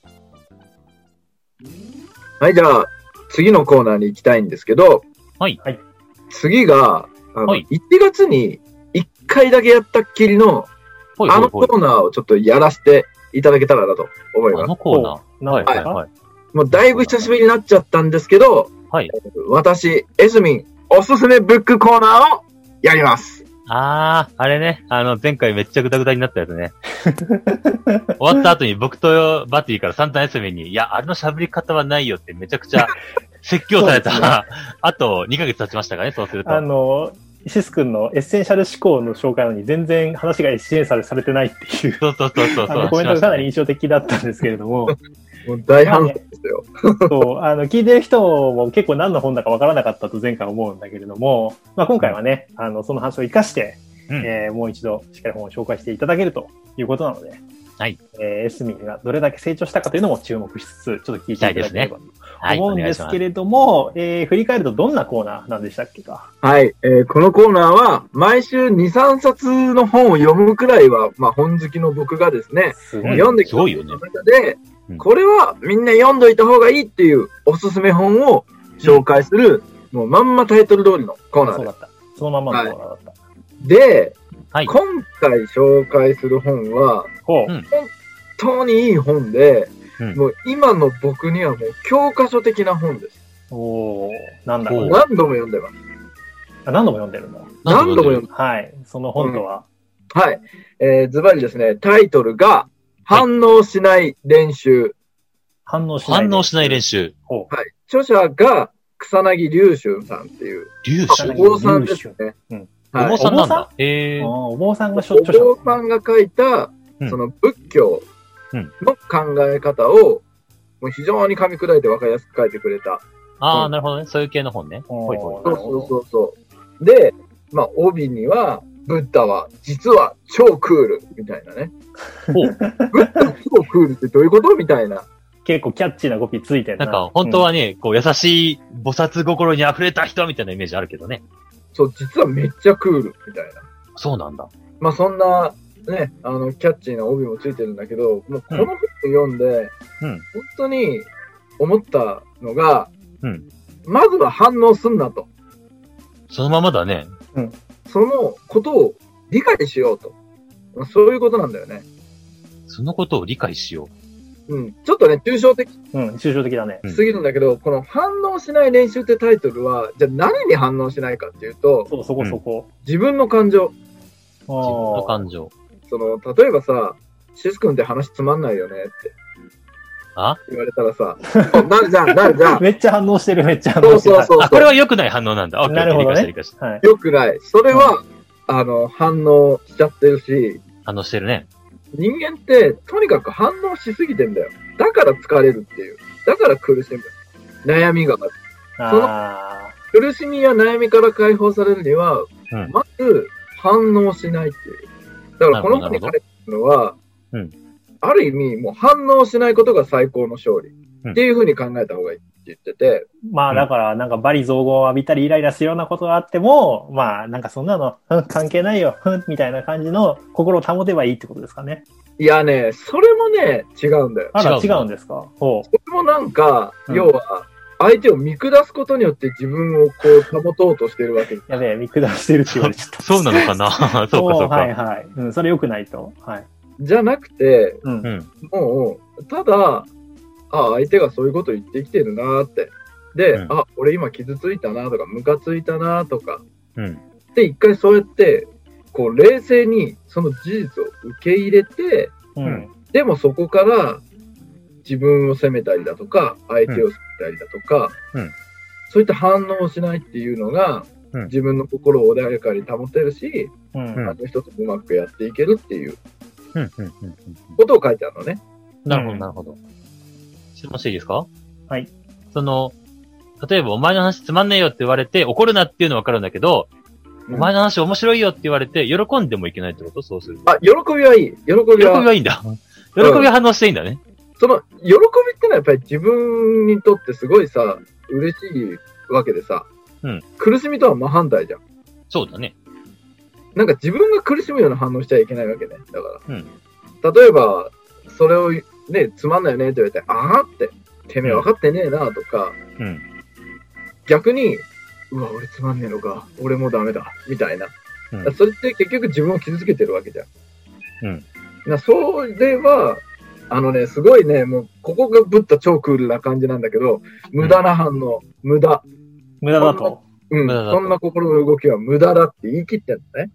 Speaker 1: はい、じゃあ、次のコーナーに行きたいんですけど、
Speaker 2: はい
Speaker 3: はい
Speaker 1: 次が、あの、
Speaker 2: はい
Speaker 1: 1月に1回だけやったっきりの、
Speaker 2: ほい
Speaker 1: あ
Speaker 2: ほ
Speaker 1: の
Speaker 2: いほ
Speaker 1: コ
Speaker 2: い。
Speaker 1: ーナーをちょっとやらせていただけたらなと思い
Speaker 2: あ
Speaker 1: ます。
Speaker 2: のコーナー。
Speaker 3: な
Speaker 2: は
Speaker 3: ん
Speaker 2: い
Speaker 3: か、
Speaker 2: はいはい。
Speaker 1: もうだいぶ久しぶりになっちゃったんですけど、
Speaker 2: はい。
Speaker 1: 私、エスミン、おすすめブックコーナーをやります。
Speaker 2: あー、あれね。あの、前回めっちゃグダグダになったやつ ね。終わった後に僕とバティから散々休みに、いや、あれの喋り方はないよってめちゃくちゃ説教され
Speaker 3: そうです
Speaker 2: た。 あと、2ヶ月経ちましたからね、そうすると。
Speaker 3: あの、シス君のエッセンシャル思考の紹介なのに全然話がエッセンシャルされてないっていう。
Speaker 2: そうそうそうそう。
Speaker 3: あのコメントがかなり印象的だったんですけれども、
Speaker 1: もう大反省ですよ。
Speaker 3: そう、あの、聞いてる人も結構何の本だかわからなかったと前回思うんだけれども、まあ今回はね、あの、その話を生かして、
Speaker 2: うん
Speaker 3: えーもう一度しっかり本を紹介していただけるということなので、
Speaker 2: はい。
Speaker 3: えーエスミンがどれだけ成長したかというのも注目しつつ、ちょっと聞いていただければと
Speaker 2: はい、
Speaker 3: 思う
Speaker 2: お
Speaker 3: ん
Speaker 2: 願
Speaker 3: で
Speaker 2: いし
Speaker 3: す
Speaker 2: ま
Speaker 3: け
Speaker 2: す。
Speaker 3: れども、えー振り返るとどんなコーナーなんでしたっけか
Speaker 1: はい、えーこのコーナーは、毎週2、3冊の本を読むくらいは、まあ本好きの僕がですね、
Speaker 3: す
Speaker 2: う
Speaker 3: ごい。
Speaker 1: 読んできた
Speaker 2: すごいよね
Speaker 1: 中で
Speaker 2: うん、
Speaker 1: これはみんな読んどいた方がいいっていうおすすめ本を紹介する、もうまんまタイトル通りのコーナー
Speaker 3: そ
Speaker 1: で
Speaker 3: うだった。そのまんまのコーナーだった。
Speaker 1: す。で、
Speaker 2: はい。
Speaker 1: 今回紹介する本は、
Speaker 2: うん
Speaker 3: ほう。
Speaker 1: 本当にいい本で、
Speaker 2: うん
Speaker 1: もう今の僕にはもう教科書的な本です。
Speaker 3: おーなんだろ
Speaker 2: ほ
Speaker 3: う
Speaker 2: う。
Speaker 1: 何度も読んでます。
Speaker 3: あ何度も読んでるんだ。
Speaker 1: 何度も読んで
Speaker 3: はい。その本とは、
Speaker 1: ます。はい。えー、ズバリですね、タイトルが、反応しない練習。
Speaker 3: 反応しない。
Speaker 2: 反応しない練習。
Speaker 3: ほ
Speaker 1: はい。著者が、草薙龍春さんっていう、
Speaker 2: 流
Speaker 3: 草
Speaker 2: 種
Speaker 3: 薙
Speaker 1: お坊さんですね。
Speaker 3: うん
Speaker 2: お
Speaker 1: は
Speaker 2: 坊
Speaker 1: い。
Speaker 2: さんなん
Speaker 3: お坊
Speaker 2: だ。へ
Speaker 3: う。
Speaker 2: え
Speaker 3: あー。お坊さんがしょ
Speaker 1: お
Speaker 3: 著者
Speaker 1: 坊さんが書いた
Speaker 2: う、ん
Speaker 1: その仏教の考え方を、もう非常に噛み砕いて分かりやすく書いてくれたう
Speaker 2: ああ、
Speaker 1: ん
Speaker 2: なるほどね。そういう系の本ね。
Speaker 3: おー
Speaker 2: ほいほい。
Speaker 1: そうそうそうそう。で、まあ、帯には、ブッダは実は超クールみたいなね。
Speaker 2: ほう
Speaker 1: ブッダ超クールってどういうことみたいな。
Speaker 3: 結構キャッチーな語尾ついてる
Speaker 2: なんか、本当、はね、こう、優しい菩薩心に溢れた人みたいなイメージあるけどね。
Speaker 1: そう、実はめっちゃクールみたいな。
Speaker 2: そうなんだ。
Speaker 1: まあ、そんな、ね、あの、キャッチーな帯もついてるんだけど、もうこの本を読んで、
Speaker 2: うん
Speaker 1: 本当に思ったのが、
Speaker 2: うん
Speaker 1: まずは反応すんなと。
Speaker 2: そのままだね。
Speaker 1: そのことを理解しようと。まあそういうことなんだよね。
Speaker 2: そのことを理解しよ
Speaker 1: うん。ちょっとね、抽象的
Speaker 3: うん。うん、抽象的だね。
Speaker 2: うん
Speaker 1: すぎるんだけど、この反応しない練習ってタイトルは、じゃあ何に反応しないかっていうと、
Speaker 3: そう、そこそこ。
Speaker 1: 自分の感情。
Speaker 2: う。自分の
Speaker 3: あー
Speaker 2: 感情。
Speaker 1: その、例えばさ、シス君って話つまんないよねって
Speaker 2: あ
Speaker 1: 言われたらさ、 おなるじゃん、なるじゃん。
Speaker 3: めっちゃ反応してる、めっちゃ反
Speaker 1: そ
Speaker 3: 応
Speaker 1: う
Speaker 3: して
Speaker 1: そう
Speaker 3: る。
Speaker 1: そう
Speaker 2: あ、こ
Speaker 1: そ
Speaker 2: れは良くない反応なんだ。オッケー
Speaker 3: なるほど
Speaker 2: オ
Speaker 3: ね
Speaker 2: ッケー理解した理解し
Speaker 3: はい。
Speaker 1: う。よくない。それは、あの、反応しちゃってるし、
Speaker 2: た。反応してるね。
Speaker 1: 人間ってとにかく反応しすぎてんだよ。だから疲れるっていう。だから苦しむ。悩みがある。
Speaker 3: あ
Speaker 1: 苦しみや悩みから解放されるには、
Speaker 2: うん
Speaker 1: まず反応しないっていう。だからこの本に書いてあるのは、
Speaker 2: なるほど
Speaker 1: ある意味もう反応しないことが最高の勝利っていうふうに考えた方がいい。言ってて、
Speaker 3: まあだから、なんかバリ造語を浴びたりイライラするようなことがあっても、まあなんかそんなの、うん関係ないよ、うんみたいな感じの心を保てばいいってことですかね。
Speaker 1: いやね、それもね、違うんだよ。
Speaker 3: あら、
Speaker 2: 違
Speaker 3: 違
Speaker 2: うの
Speaker 3: うんですかほ
Speaker 1: それもなんか、
Speaker 3: うん
Speaker 1: 要は、相手を見下すことによって自分をこう保とうとしてるわけ。
Speaker 3: う。やべえ、見下してるって言われちゃった。
Speaker 2: そうなのか なそうか、
Speaker 3: おー
Speaker 2: そう
Speaker 3: はい
Speaker 2: か。
Speaker 3: はい。うん、それ良くないと。はい。
Speaker 1: じゃなくて、
Speaker 3: うん
Speaker 2: う。ん。
Speaker 1: もう、ただ、あ相手がそういうこと言ってきてるなーって。で、
Speaker 2: うん
Speaker 1: あ、俺今傷ついたなとか、ムカついたなとか。
Speaker 2: うん。
Speaker 1: で、一回そうやって、こう、冷静にその事実を受け入れて、
Speaker 3: うん。
Speaker 1: でもそこから自分を責めたりだとか、相手を責めたりだとか、
Speaker 2: うん
Speaker 1: そういった反応をしないっていうのが、
Speaker 2: うん
Speaker 1: 自分の心を穏やかに保てるし、
Speaker 3: うん。
Speaker 1: あの人とうまくやっていけるっていう
Speaker 2: うん。うん。うん。
Speaker 1: ことを書いてあるのね。
Speaker 2: なるほ
Speaker 3: う
Speaker 2: ど、
Speaker 3: ん
Speaker 2: なるほど。質問していいですか
Speaker 3: はい。
Speaker 2: その、例えばお前の話つまんねえよって言われて怒るなっていうのはわかるんだけど、
Speaker 1: うん
Speaker 2: お前の話面白いよって言われて喜んでもいけないってことそうすると。
Speaker 1: あ、喜びはいい。喜びは。
Speaker 2: 喜びはいいんだ。喜びは反応していいんだね。
Speaker 1: その、喜びってのはやっぱり自分にとってすごいさ、嬉しいわけでさ、
Speaker 2: うん
Speaker 1: 苦しみとは真反対じゃん。
Speaker 2: そうだね。
Speaker 1: なんか自分が苦しむような反応しちゃいけないわけね。だか
Speaker 2: うん。
Speaker 1: ら、例えば、それをね、つまんないよねって言われて、あーって、てめえ分かってねえなとか、
Speaker 2: うん。
Speaker 1: 逆に、うわ、俺つまんねえのか、俺もうダメだ、みたいな。
Speaker 2: うん
Speaker 1: それって結局自分を傷つけてるわけじゃん。
Speaker 2: うん
Speaker 1: なそれは、あのね、すごいね、もう、ここがぶった超クールな感じなんだけど、無駄な反応、無駄。
Speaker 3: 無駄だと。
Speaker 1: うん。
Speaker 2: 無駄だと
Speaker 1: そんな心の動きは無駄だって言い切ってんのね。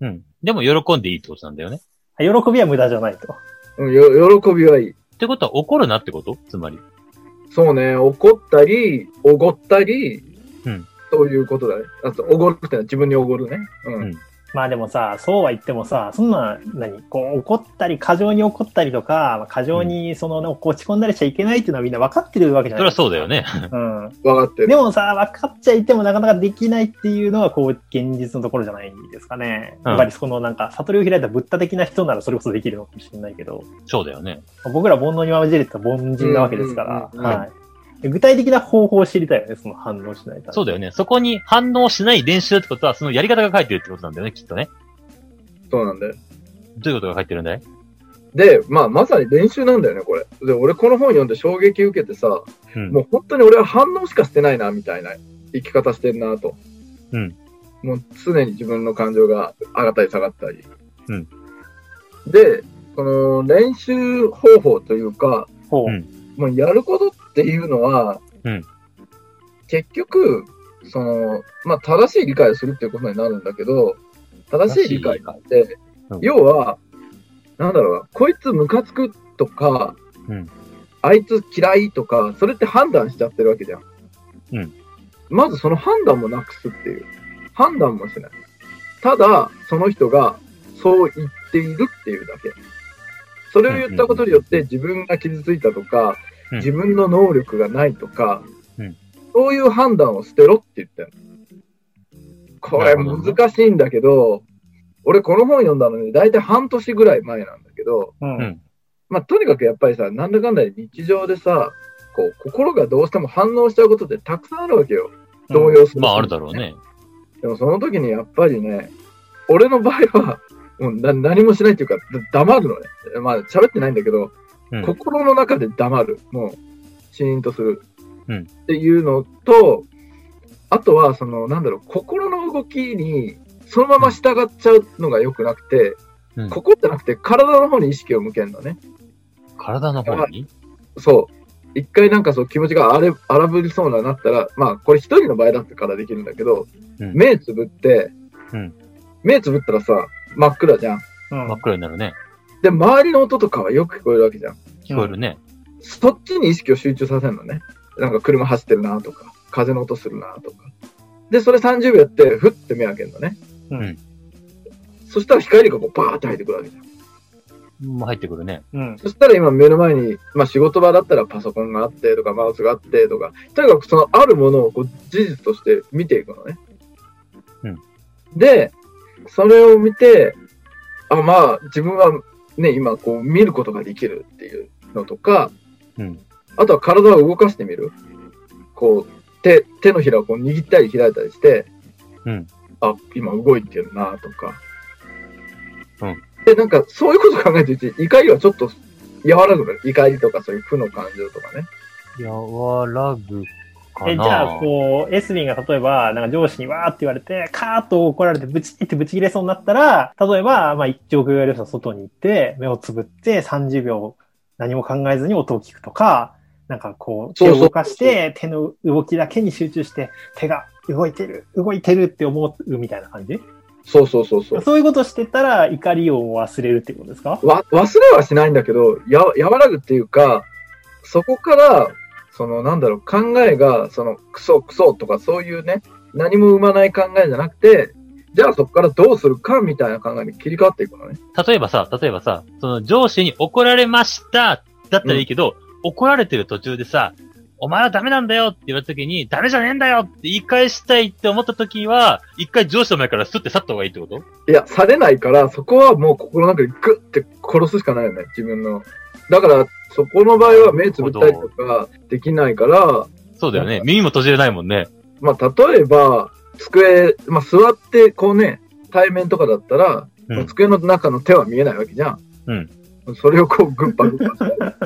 Speaker 2: うん。でも喜んでいいってことなんだよね。
Speaker 3: あ喜びは無駄じゃないと。
Speaker 1: うん、よ喜びはいい。
Speaker 2: ってことは怒るなってことつまり。
Speaker 1: そうね、怒ったり、おごったり、
Speaker 2: うん
Speaker 1: そういうことだね。あと、おごるってのは自分におごるね。うん。
Speaker 2: うん
Speaker 3: まあでもさ、そうは言ってもさ、そんな、何、こう怒ったり、過剰に怒ったりとか、まあ過剰にその、ね、落ち込んだりしちゃいけないっていうのはみんな分かってるわけじゃ
Speaker 2: それ
Speaker 3: ない
Speaker 2: はそうだよね。
Speaker 3: うん。
Speaker 1: わかってる。
Speaker 3: でもさ、分かっちゃいてもなかなかできないっていうのは、こう、現実のところじゃないんですかね。
Speaker 2: うん
Speaker 3: やっぱりそのなんか、悟りを開いたブッダ的な人ならそれこそできるのかもしれないけど、
Speaker 2: そうだよね。
Speaker 3: まあ僕ら煩悩にまみれてた凡人なわけですから、
Speaker 1: うんうんうんうん
Speaker 3: はい。で具体的な方法を知りたいよね、その反応しないと。
Speaker 2: そうだよね。そこに反応しない練習ってことは、そのやり方が書いてるってことなんだよね、きっとね。
Speaker 1: そうなんだよ。
Speaker 2: どういうことが書いてるんだい
Speaker 1: で、まあ、まさに練習なんだよね、これ。で、俺この本読んで衝撃受けてさ、
Speaker 2: うん。
Speaker 1: もう本当に俺は反応しかしてないな、みたいな生き方してんなと。
Speaker 2: うん。
Speaker 1: もう常に自分の感情が上がったり下がったり。
Speaker 2: うん。
Speaker 1: で、この練習方法というか、
Speaker 3: ほう。
Speaker 2: うん
Speaker 1: もうやることっていうのは、
Speaker 2: うん
Speaker 1: 結局、その、まあ、正しい理解をするっていうことになるんだけど、正しい理解って
Speaker 2: うん、
Speaker 1: 要は、なんだろうな、こいつムカつくとか、
Speaker 2: うん
Speaker 1: あいつ嫌いとか、それって判断しちゃってるわけじゃん。
Speaker 2: うん
Speaker 1: まずその判断もなくすっていう。判断もしない。ただ、その人がそう言っているっていうだけ。それを言ったことによって自分が傷ついたとか、
Speaker 2: うん
Speaker 1: 自分の能力がないとか、
Speaker 2: うん
Speaker 1: そういう判断を捨てろって言ってる。こ
Speaker 2: な
Speaker 1: れ
Speaker 2: るほどね
Speaker 1: 難しいんだけど、俺この本読んだのに大体半年ぐらい前なんだけど、
Speaker 3: うん。
Speaker 2: うん
Speaker 1: まあ、とにかくやっぱりさ、なんだかんだで日常でさ、こう、心がどうしても反応しちゃうことってたくさんあるわけよ。動揺する。
Speaker 2: まあ、あるだろうね。
Speaker 1: でもその時にやっぱりね、俺の場合は、もうな何もしないっていうか、だ黙るのね。まあ、喋ってないんだけど、
Speaker 2: うん
Speaker 1: 心の中で黙る。もう、シーンとする。
Speaker 2: うん
Speaker 1: っていうのと、あとは、その、なんだろう、心の動きに、そのまま従っちゃうのが良くなくて、
Speaker 2: うん
Speaker 1: 心じゃなくて体の方に意識を向けるのね。
Speaker 2: 体の方に
Speaker 1: そう。一回なんかそう気持ちが荒れ荒ぶりそうななったら、まあこれ一人の場合だったからできるんだけど、
Speaker 2: うん
Speaker 1: 目つぶって、
Speaker 2: うん
Speaker 1: 目つぶったらさ、真っ暗じゃん。
Speaker 3: うん
Speaker 2: 真っ暗になるね。
Speaker 1: で、周りの音とかはよく聞こえるわけじゃん。
Speaker 2: 聞こえるね。
Speaker 1: そっちに意識を集中させるのね。なんか車走ってるなとか、風の音するなとか。で、それ30秒やって、ふって目開けるのね。
Speaker 3: うん
Speaker 1: そしたら光がこうバーって入ってくるわけじゃん。
Speaker 2: もう入ってくるね。
Speaker 3: うん。
Speaker 1: そしたら今目の前に、まあ仕事場だったらパソコンがあってとか、マウスがあってとか、とにかくそのあるものをこう事実として見ていくのね。
Speaker 2: うん
Speaker 1: で、それを見て、あ、まあ自分はね、今こう見ることができるっていうのとか、
Speaker 2: うん。
Speaker 1: あとは体を動かしてみる。こう、手、手のひらをこう握ったり開いたりして、
Speaker 2: うん。
Speaker 1: あ、今動いてるなとか。
Speaker 2: うん。
Speaker 1: で、なんか、そういうこと考えてるうち、怒りはちょっと和らぐのよ怒りとかそういう負の感情とかね。
Speaker 2: 和らぐかな。
Speaker 3: え、じゃあ、こう、エスリンが例えば、なんか上司にわーって言われて、カーッと怒られて、ブチってブチ切れそうになったら、例えば、まあ、一億言われる人は外に行って、目をつぶって、30秒何も考えずに音を聞くとか、なんかこう、
Speaker 1: そう
Speaker 3: 手
Speaker 1: そう
Speaker 3: を動かして、手の動きだけに集中して、手が動いてる、動いてるって思うみたいな感じ
Speaker 1: そうそうそうそう。
Speaker 3: そういうことしてたら、怒りを忘れるってことですか
Speaker 1: わ、忘れはしないんだけど、や、和らぐっていうか、そこから、その、なんだろう、考えが、その、クソクソとかそういうね、何も生まない考えじゃなくて、じゃあそこからどうするかみたいな考えに切り替わっていくのね。
Speaker 2: 例えばさ、例えばさ、その上司に怒られましただったらいいけど、怒られてる途中でさ、お前はダメなんだよって言われた時に、ダメじゃねえんだよって言い返したいって思った時は、一回上司の前からスッて去った方がいいってこと
Speaker 1: いや、されないから、そこはもう心の中でグッて殺すしかないよね、自分の。だから、そこの場合は目つぶったりとかできないから、
Speaker 2: そうだよね。耳も閉じれないもんね。
Speaker 1: まあ、例えば、机、まあ、座って、こうね、対面とかだったら、
Speaker 2: うん
Speaker 1: 机の中の手は見えないわけじゃん。
Speaker 2: うん
Speaker 1: それをこう、グッパグッパ。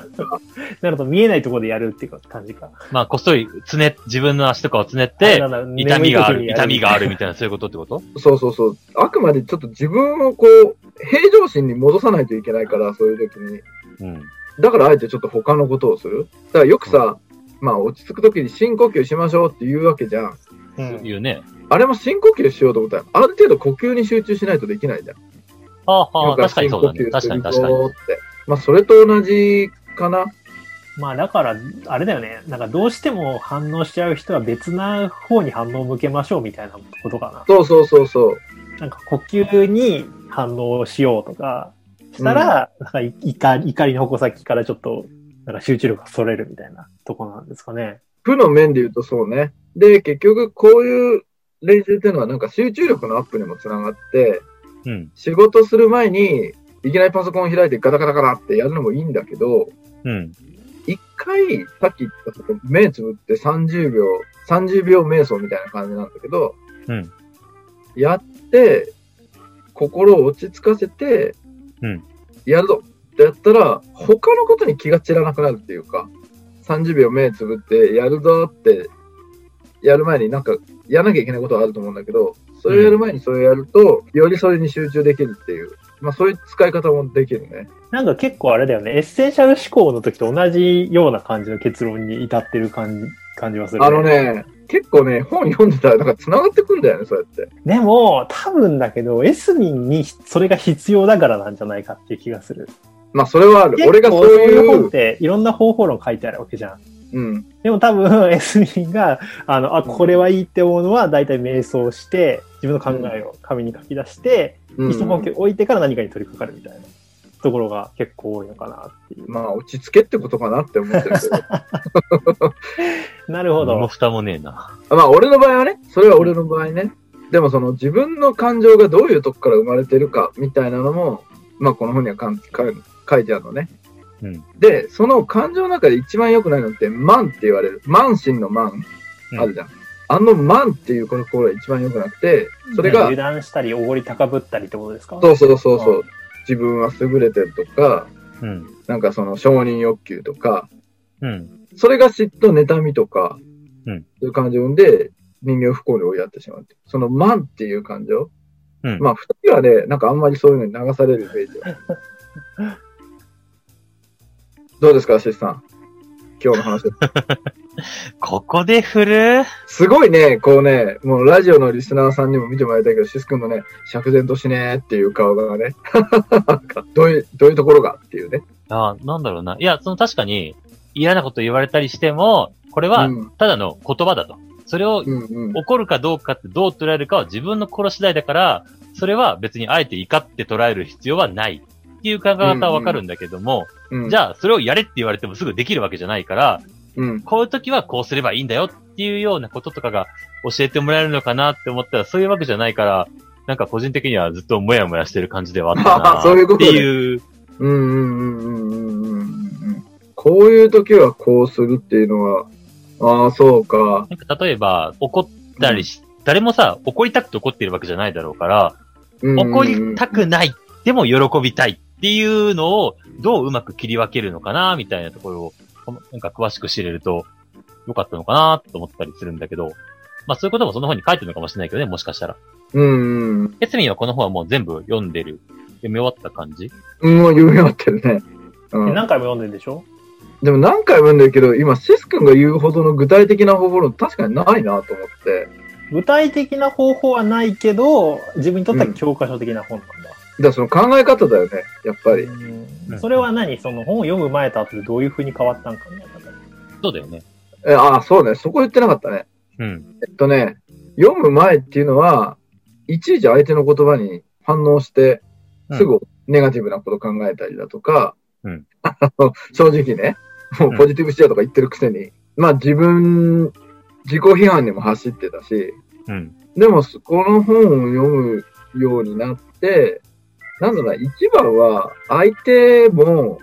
Speaker 3: なると見えないところでやるっていう感じか。
Speaker 2: まあ、こっそり、つね、自分の足とかをつねって、痛みがある、痛みがあるみたいな、そういうことってこと
Speaker 1: そうそうそう。あくまでちょっと自分をこう、平常心に戻さないといけないから、そういう時に。
Speaker 2: うん。
Speaker 1: だからあえてちょっと他のことをする。だからよくさ、まあ落ち着く時に深呼吸しましょうって言うわけじゃん。
Speaker 3: うん
Speaker 2: 言うね。
Speaker 1: あれも深呼吸しようと思ったら、ある程度呼吸に集中しないとできないじゃん。
Speaker 2: はあはあ、
Speaker 1: だら
Speaker 2: 確かにそうだね。
Speaker 1: 深呼吸
Speaker 2: 確
Speaker 1: す
Speaker 2: か
Speaker 1: る
Speaker 2: に確かに。
Speaker 1: ぞーってまあそれと同じかな。
Speaker 3: まあだから、あれだよね。なんかどうしても反応しちゃう人は別な方に反応を向けましょうみたいなことか
Speaker 1: そうそうそうそう。
Speaker 3: な。なんか呼吸に反応しようとかしたら、なんか怒り怒りの矛先からちょっと、なんか集中力がそれるみたいなとこなんですかね。
Speaker 1: 負の面で言うとそうね。で、結局こういう練習っていうのはなんか集中力のアップにもつながって、
Speaker 2: うん。
Speaker 1: 仕事する前にいきなりパソコンを開いてガタガタガタってやるのもいいんだけど、
Speaker 2: うん。
Speaker 1: 一回、さっき言ったその目つぶって30秒、30秒瞑想みたいな感じなんだけど、
Speaker 2: うん
Speaker 1: やって、心を落ち着かせて、
Speaker 2: うん
Speaker 1: やるぞってやったら、他のことに気が散らなくなるっていうか、30秒目つぶってやるぞって、やる前になんか、やらなきゃいけないことはあると思うんだけど、それをやる前にそれをやると、よりそれに集中できるっていう、まあそういう使い方もできるね。
Speaker 3: なんか結構あれだよね。エッセンシャル思考の時と同じような感じの結論に至ってる感じ、感じはする、
Speaker 1: あの。ね、結構ね、本読んでたら、なんか繋がってくるんだよね、そうやって。
Speaker 3: でも、多分だけど、エスミンにそれが必要だからなんじゃないかっていう気がする。
Speaker 1: まあ、それはある。俺がそう
Speaker 3: 結構そういう
Speaker 1: い
Speaker 3: 本っ
Speaker 1: う、
Speaker 3: ていろんな方法論書いてあるわけじゃん。
Speaker 1: うん、
Speaker 3: でも多分、エスミンが、あの、あ、これはいいって思うのは、大体瞑想して、自分の考えを紙に書き出して、
Speaker 1: うん
Speaker 3: 一呼吸置いてから何かに取り掛かるみたいなところが結構多いのかなっていう。
Speaker 1: まあ、落ち着けってことかなって思ってるけど。
Speaker 3: なるほ
Speaker 2: 身も
Speaker 3: ど。
Speaker 2: 蓋もねえな。
Speaker 1: まあ、俺の場合はね、それは俺の場合ね。でも、その自分の感情がどういうとこから生まれてるかみたいなのも、まあ、この本にはかんかん書いてあるのね。
Speaker 2: うん
Speaker 1: で、その感情の中で一番良くないのって、慢って言われる。慢心の慢、あるじゃん。あの慢っていうこの心が一番良くなくて、それが
Speaker 3: 油、断したり、おごり高ぶったりってことですか
Speaker 1: そうそうそうそう、自分は優れてるとか、
Speaker 2: うん。
Speaker 1: なんかその承認欲求とか、
Speaker 2: うん。
Speaker 1: それが嫉妬、妬みとか、
Speaker 2: うん
Speaker 1: そういう感情で人間を不幸に追いやってしまうっていう。その慢っていう感情。
Speaker 2: うん
Speaker 1: まあ二人はね、なんかあんまりそういうのに流されるイメージ は。どうですか、アシスさん。今日の話。
Speaker 2: ここで振る
Speaker 1: すごいね、こうね、もうラジオのリスナーさんにも見てもらいたいけど、シス君のね、釈然としねーっていう顔がね、 なんかどういう、どういうところがっていうね。
Speaker 2: ああ、なんだろうな。いや、その確かに、嫌なこと言われたりしても、これは
Speaker 1: う、ん
Speaker 2: ただの言葉だと。それを、
Speaker 1: うんうん、
Speaker 2: 怒るかどうかってどう捉えるかは自分の心次第だから、それは別にあえて怒って捉える必要はない。っていう考え方はわかるんだけども、
Speaker 1: うん、
Speaker 2: じ
Speaker 1: ゃ
Speaker 2: ゃあ、それをやれって言われてもすぐできるわけじゃないから、
Speaker 1: うん、
Speaker 2: こういう時はこうすればいいんだよっていうようなこととかが教えてもらえるのかなって思ったら、そういうわけじゃないから、なんか個人的にはずっともやもやしてる感じではあった な。
Speaker 1: そういうことね
Speaker 2: っていう、
Speaker 1: うんうんうんうんうんうんうんこういう時はこうするっていうのは、ああ、そうか。
Speaker 2: なんか例えば、怒ったりし、誰もさ、怒りたくて怒ってるわけじゃないだろうから、怒りたくない、でも喜びたいっていうのを、どううまく切り分けるのかな、みたいなところを、このなんか詳しく知れると、よかったのかな、と思ったりするんだけど、まあそういうこともその本に書いてるのかもしれないけどね、もしかしたら。
Speaker 1: うんうん。
Speaker 2: エスミンはこの本はもう全部読んでる。読み終わった感じ
Speaker 1: うん、もう読み終わってるね。う
Speaker 3: で
Speaker 1: ん、
Speaker 3: 何回も読んでるでしょ
Speaker 1: でも何回も読んでるけど、今、シス君が言うほどの具体的な方法論、確かにないなと思って。
Speaker 3: 具体的な方法はないけど、自分にとっては教科書的な本なんだ。
Speaker 1: だからその考え方だよね、やっぱり。
Speaker 3: うん
Speaker 2: うん
Speaker 3: それは何その本を読む前と後でどういう風に変わったんかみたいな。
Speaker 2: そうだよね。
Speaker 1: えああ、そうね、そこ言ってなかったね。
Speaker 2: うん。
Speaker 1: えっとね、読む前っていうのは、いちいち相手の言葉に反応して、
Speaker 2: うん
Speaker 1: すぐネガティブなこと考えたりだとか、
Speaker 2: うん
Speaker 1: あの正直ね、もうポジティブしようとか言ってるくせに、まあ自分、自己批判にも走ってたし、
Speaker 2: うん。
Speaker 1: でもそこの本を読むようになって、なんだろうな、一番は相手も、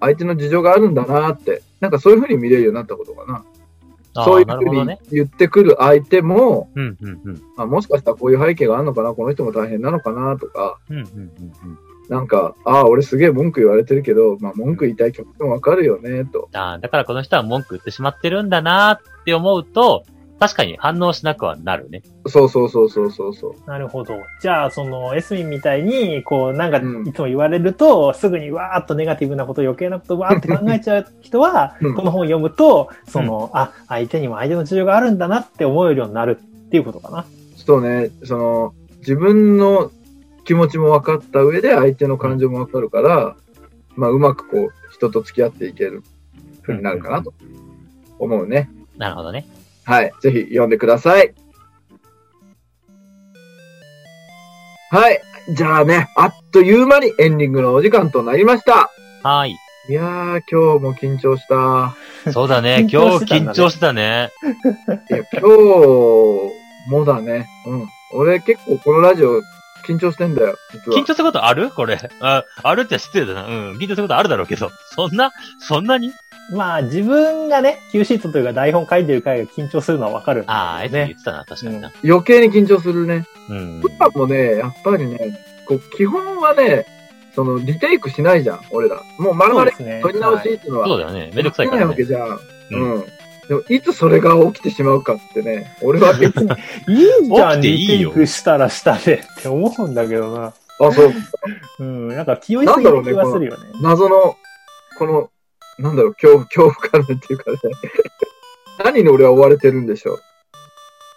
Speaker 1: 相手の事情があるんだなって、なんかそういうふうに見れるようになったことかな。
Speaker 2: あ
Speaker 1: そういう
Speaker 2: あ、な
Speaker 1: ふ
Speaker 2: るほ
Speaker 1: う
Speaker 2: ど
Speaker 1: に
Speaker 2: ね。
Speaker 1: 言ってくる相手も、
Speaker 2: うん、うん、うん。
Speaker 1: あもしかしたらこういう背景があるのかな、この人も大変なのかなとか、
Speaker 2: うん、うん、うん。うん
Speaker 1: なんか、ああ、俺すげえ文句言われてるけど、まあ文句言いたい気持ちもわかるよね、と。
Speaker 2: ああ、だからこの人は文句言ってしまってるんだなって思うと、確かに反応しなくはなるね。
Speaker 1: そうそうそうそうそうそう。
Speaker 3: なるほど。じゃあ、その、エスミンみたいに、こう、なんか、
Speaker 1: うん
Speaker 3: いつも言われると、すぐにわーっとネガティブなこと、余計なこと、わーって考えちゃう人は、
Speaker 1: うん
Speaker 3: この本を読むと、その、あ、相手にも相手の事情があるんだなって思えるようになるっていうことかな。。
Speaker 1: そうね、その、自分の気持ちも分かった上で相手の感情も分かるから、まあ、うまくこう、人と付き合っていけるふうになるかなと思うね。
Speaker 2: なるほどね。
Speaker 1: はい。ぜひ読んでください。はい。じゃあね、あっという間にエンディングのお時間となりました。
Speaker 2: はーい。
Speaker 1: いやー、今日も緊張した。
Speaker 2: そうだね今日 緊
Speaker 3: 緊張
Speaker 2: 張してたね。
Speaker 1: いや、今日もだね。うん。俺結構このラジオ緊張してんだよ、実は。
Speaker 2: 緊張することあるこれ。あ、あるって失礼だな。うん。緊張することあるだろうけど。そんな、そんなに
Speaker 3: まあ、自分がね、Q シートというか台本書いてる回が緊張するのはわかるん
Speaker 2: ああ、
Speaker 3: だ
Speaker 2: え
Speaker 3: け
Speaker 2: っ
Speaker 3: ど
Speaker 2: 言っ
Speaker 3: ね。
Speaker 2: てたな。確かにな。
Speaker 1: 余計に緊張するね。
Speaker 2: うん。
Speaker 1: プラもね、やっぱりね、こう基本はね、そのリテイクしないじゃん、俺ら。もう丸
Speaker 3: そう
Speaker 1: 々
Speaker 3: ですね。
Speaker 1: 取り直し
Speaker 3: はい
Speaker 1: っていうのは。
Speaker 2: そうだよね。めんどくさいか
Speaker 1: できな
Speaker 2: ら
Speaker 1: いわけ
Speaker 2: ね。
Speaker 1: じゃん。
Speaker 2: う
Speaker 1: うん
Speaker 2: ん。
Speaker 1: でも、いつそれが起きてしまうかってね、俺は結構、
Speaker 3: いいじゃ
Speaker 2: 起
Speaker 3: ん、
Speaker 2: きて
Speaker 3: リ
Speaker 2: い
Speaker 3: テ
Speaker 2: い
Speaker 3: イ
Speaker 2: よ
Speaker 3: クしたらしたでって思うんだけどな。
Speaker 1: あ、そう、
Speaker 3: うん、なんか気負いすぎる気がするよね。
Speaker 1: 謎の、この、なんだろう、恐怖、恐怖感っていうかね、何に俺は追われてるんでしょう。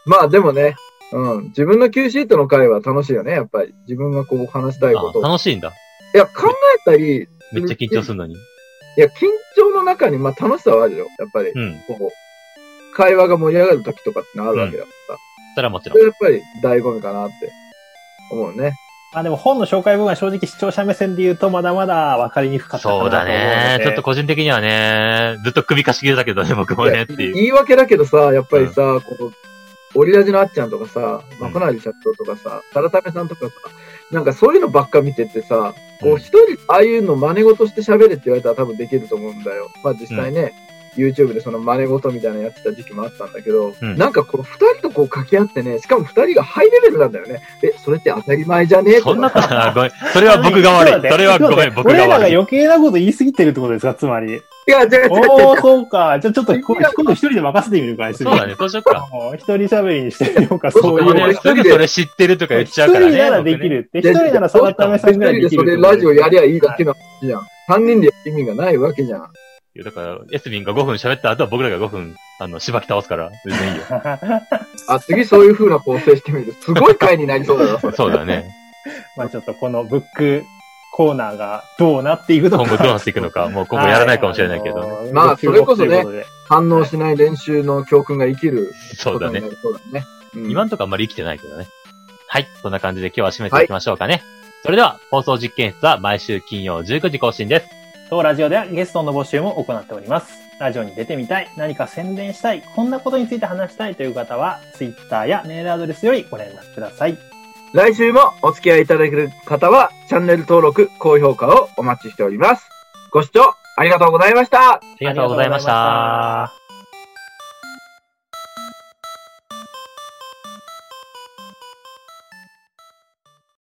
Speaker 1: まあ、でもね、うん、自分の Q シートの回は楽しいよね、やっぱり。自分がこう話したいこ
Speaker 2: あ
Speaker 1: とを。
Speaker 2: 楽しいんだ。
Speaker 1: いや、考えたり、
Speaker 2: めっちゃ緊張するのに。
Speaker 1: いや、緊張の中に、まあ楽しさはあるよ。やっぱり、
Speaker 2: うん。
Speaker 1: こう、会話が盛り上がる時とかってのあるわけだから、
Speaker 2: それはも
Speaker 1: そ
Speaker 2: ちろん。
Speaker 1: れやっぱり醍醐味かなって思うね。
Speaker 3: まあでも本の紹介文は正直視聴者目線で言うとまだまだ分かりにくかったかな
Speaker 2: そう
Speaker 3: と思うの
Speaker 2: だ
Speaker 3: で。
Speaker 2: ね。ちょっと個人的にはね、ずっと首かしげだけどね、僕もね、っ
Speaker 1: いや
Speaker 2: ていう。
Speaker 1: 言い訳だけどさ、やっぱりさ、こう、オリラジのあっちゃんとかさ、マコナリ社長とかさ、タラタメさんとかさ、なんかそういうのばっか見ててさ、こ
Speaker 2: う
Speaker 1: うん一人ああいうの真似事して喋れって言われたら多分できると思うんだよ。まあ実際ね、YouTube でその真似事みたいなのやってた時期もあったんだけど、
Speaker 2: うん
Speaker 1: なんかこう二人とこう掛け合ってね、しかも二人がハイレベルなんだよね。え、それって当たり前じゃねえ
Speaker 2: そんな
Speaker 1: とか
Speaker 2: ことない。ごめん。それは僕が悪い。それはごめん、僕が
Speaker 3: 俺らが
Speaker 2: 悪い。
Speaker 3: 余計なこと言いすぎてるってことですかつま り。
Speaker 1: いや、違う違う違う
Speaker 3: おおそうか。じゃあちょっとこ今度一人で任せてみるかいす
Speaker 2: そうだね、そうしようか。
Speaker 3: 一人喋りにしてみようか、そう
Speaker 2: 僕
Speaker 3: い
Speaker 2: も
Speaker 3: う
Speaker 1: 俺
Speaker 2: ね、
Speaker 1: 一
Speaker 2: す
Speaker 1: 人で
Speaker 2: ぐそれ知ってるとか言っちゃうからね。
Speaker 3: 一人ならできるって。一人なら沢田めさ
Speaker 1: 一
Speaker 3: んぐら
Speaker 1: 人
Speaker 3: い
Speaker 1: で
Speaker 3: でき
Speaker 1: そ
Speaker 3: るって
Speaker 1: れ
Speaker 3: こと
Speaker 1: ラ
Speaker 3: で
Speaker 1: ジオやりゃいいだけの話じゃん。三人でやる意味がないわけじゃん。
Speaker 2: 僕ねだから、エスミンが5分喋った後は僕らが5分、あの、しばき倒すから、全然いいよ。
Speaker 1: あ、次そういう風な構成してみる。すごい回になりそうだな、そ れ。
Speaker 2: そうだね。
Speaker 3: まあちょっとこのブックコーナーがどうなっていくの
Speaker 2: 今
Speaker 3: か。
Speaker 2: 後どうなっていくのか、もう今後やらないかもしれないけど。
Speaker 3: はい。
Speaker 1: まあそれこそね
Speaker 3: 注目というとで
Speaker 1: 反応しない練習の教訓が生きる
Speaker 2: そ
Speaker 1: こ
Speaker 2: う
Speaker 1: と
Speaker 2: だ
Speaker 1: にな
Speaker 2: ね。
Speaker 1: りそうだね。うん
Speaker 2: 今んとこあんまり生きてないけどね。はい。そんな感じで今日は締めていきましょうかね。それでは、放送実験室は毎週金曜19時更新です。
Speaker 3: 当ラジオではゲストの募集も行っております。ラジオに出てみたい、何か宣伝したい、こんなことについて話したいという方は、Twitter やメールアドレスよりご連絡ください。
Speaker 1: 来週もお付き合いいただける方は、チャンネル登録、高評価をお待ちしております。ご視聴ありがとうございました。
Speaker 2: ありがとうございました。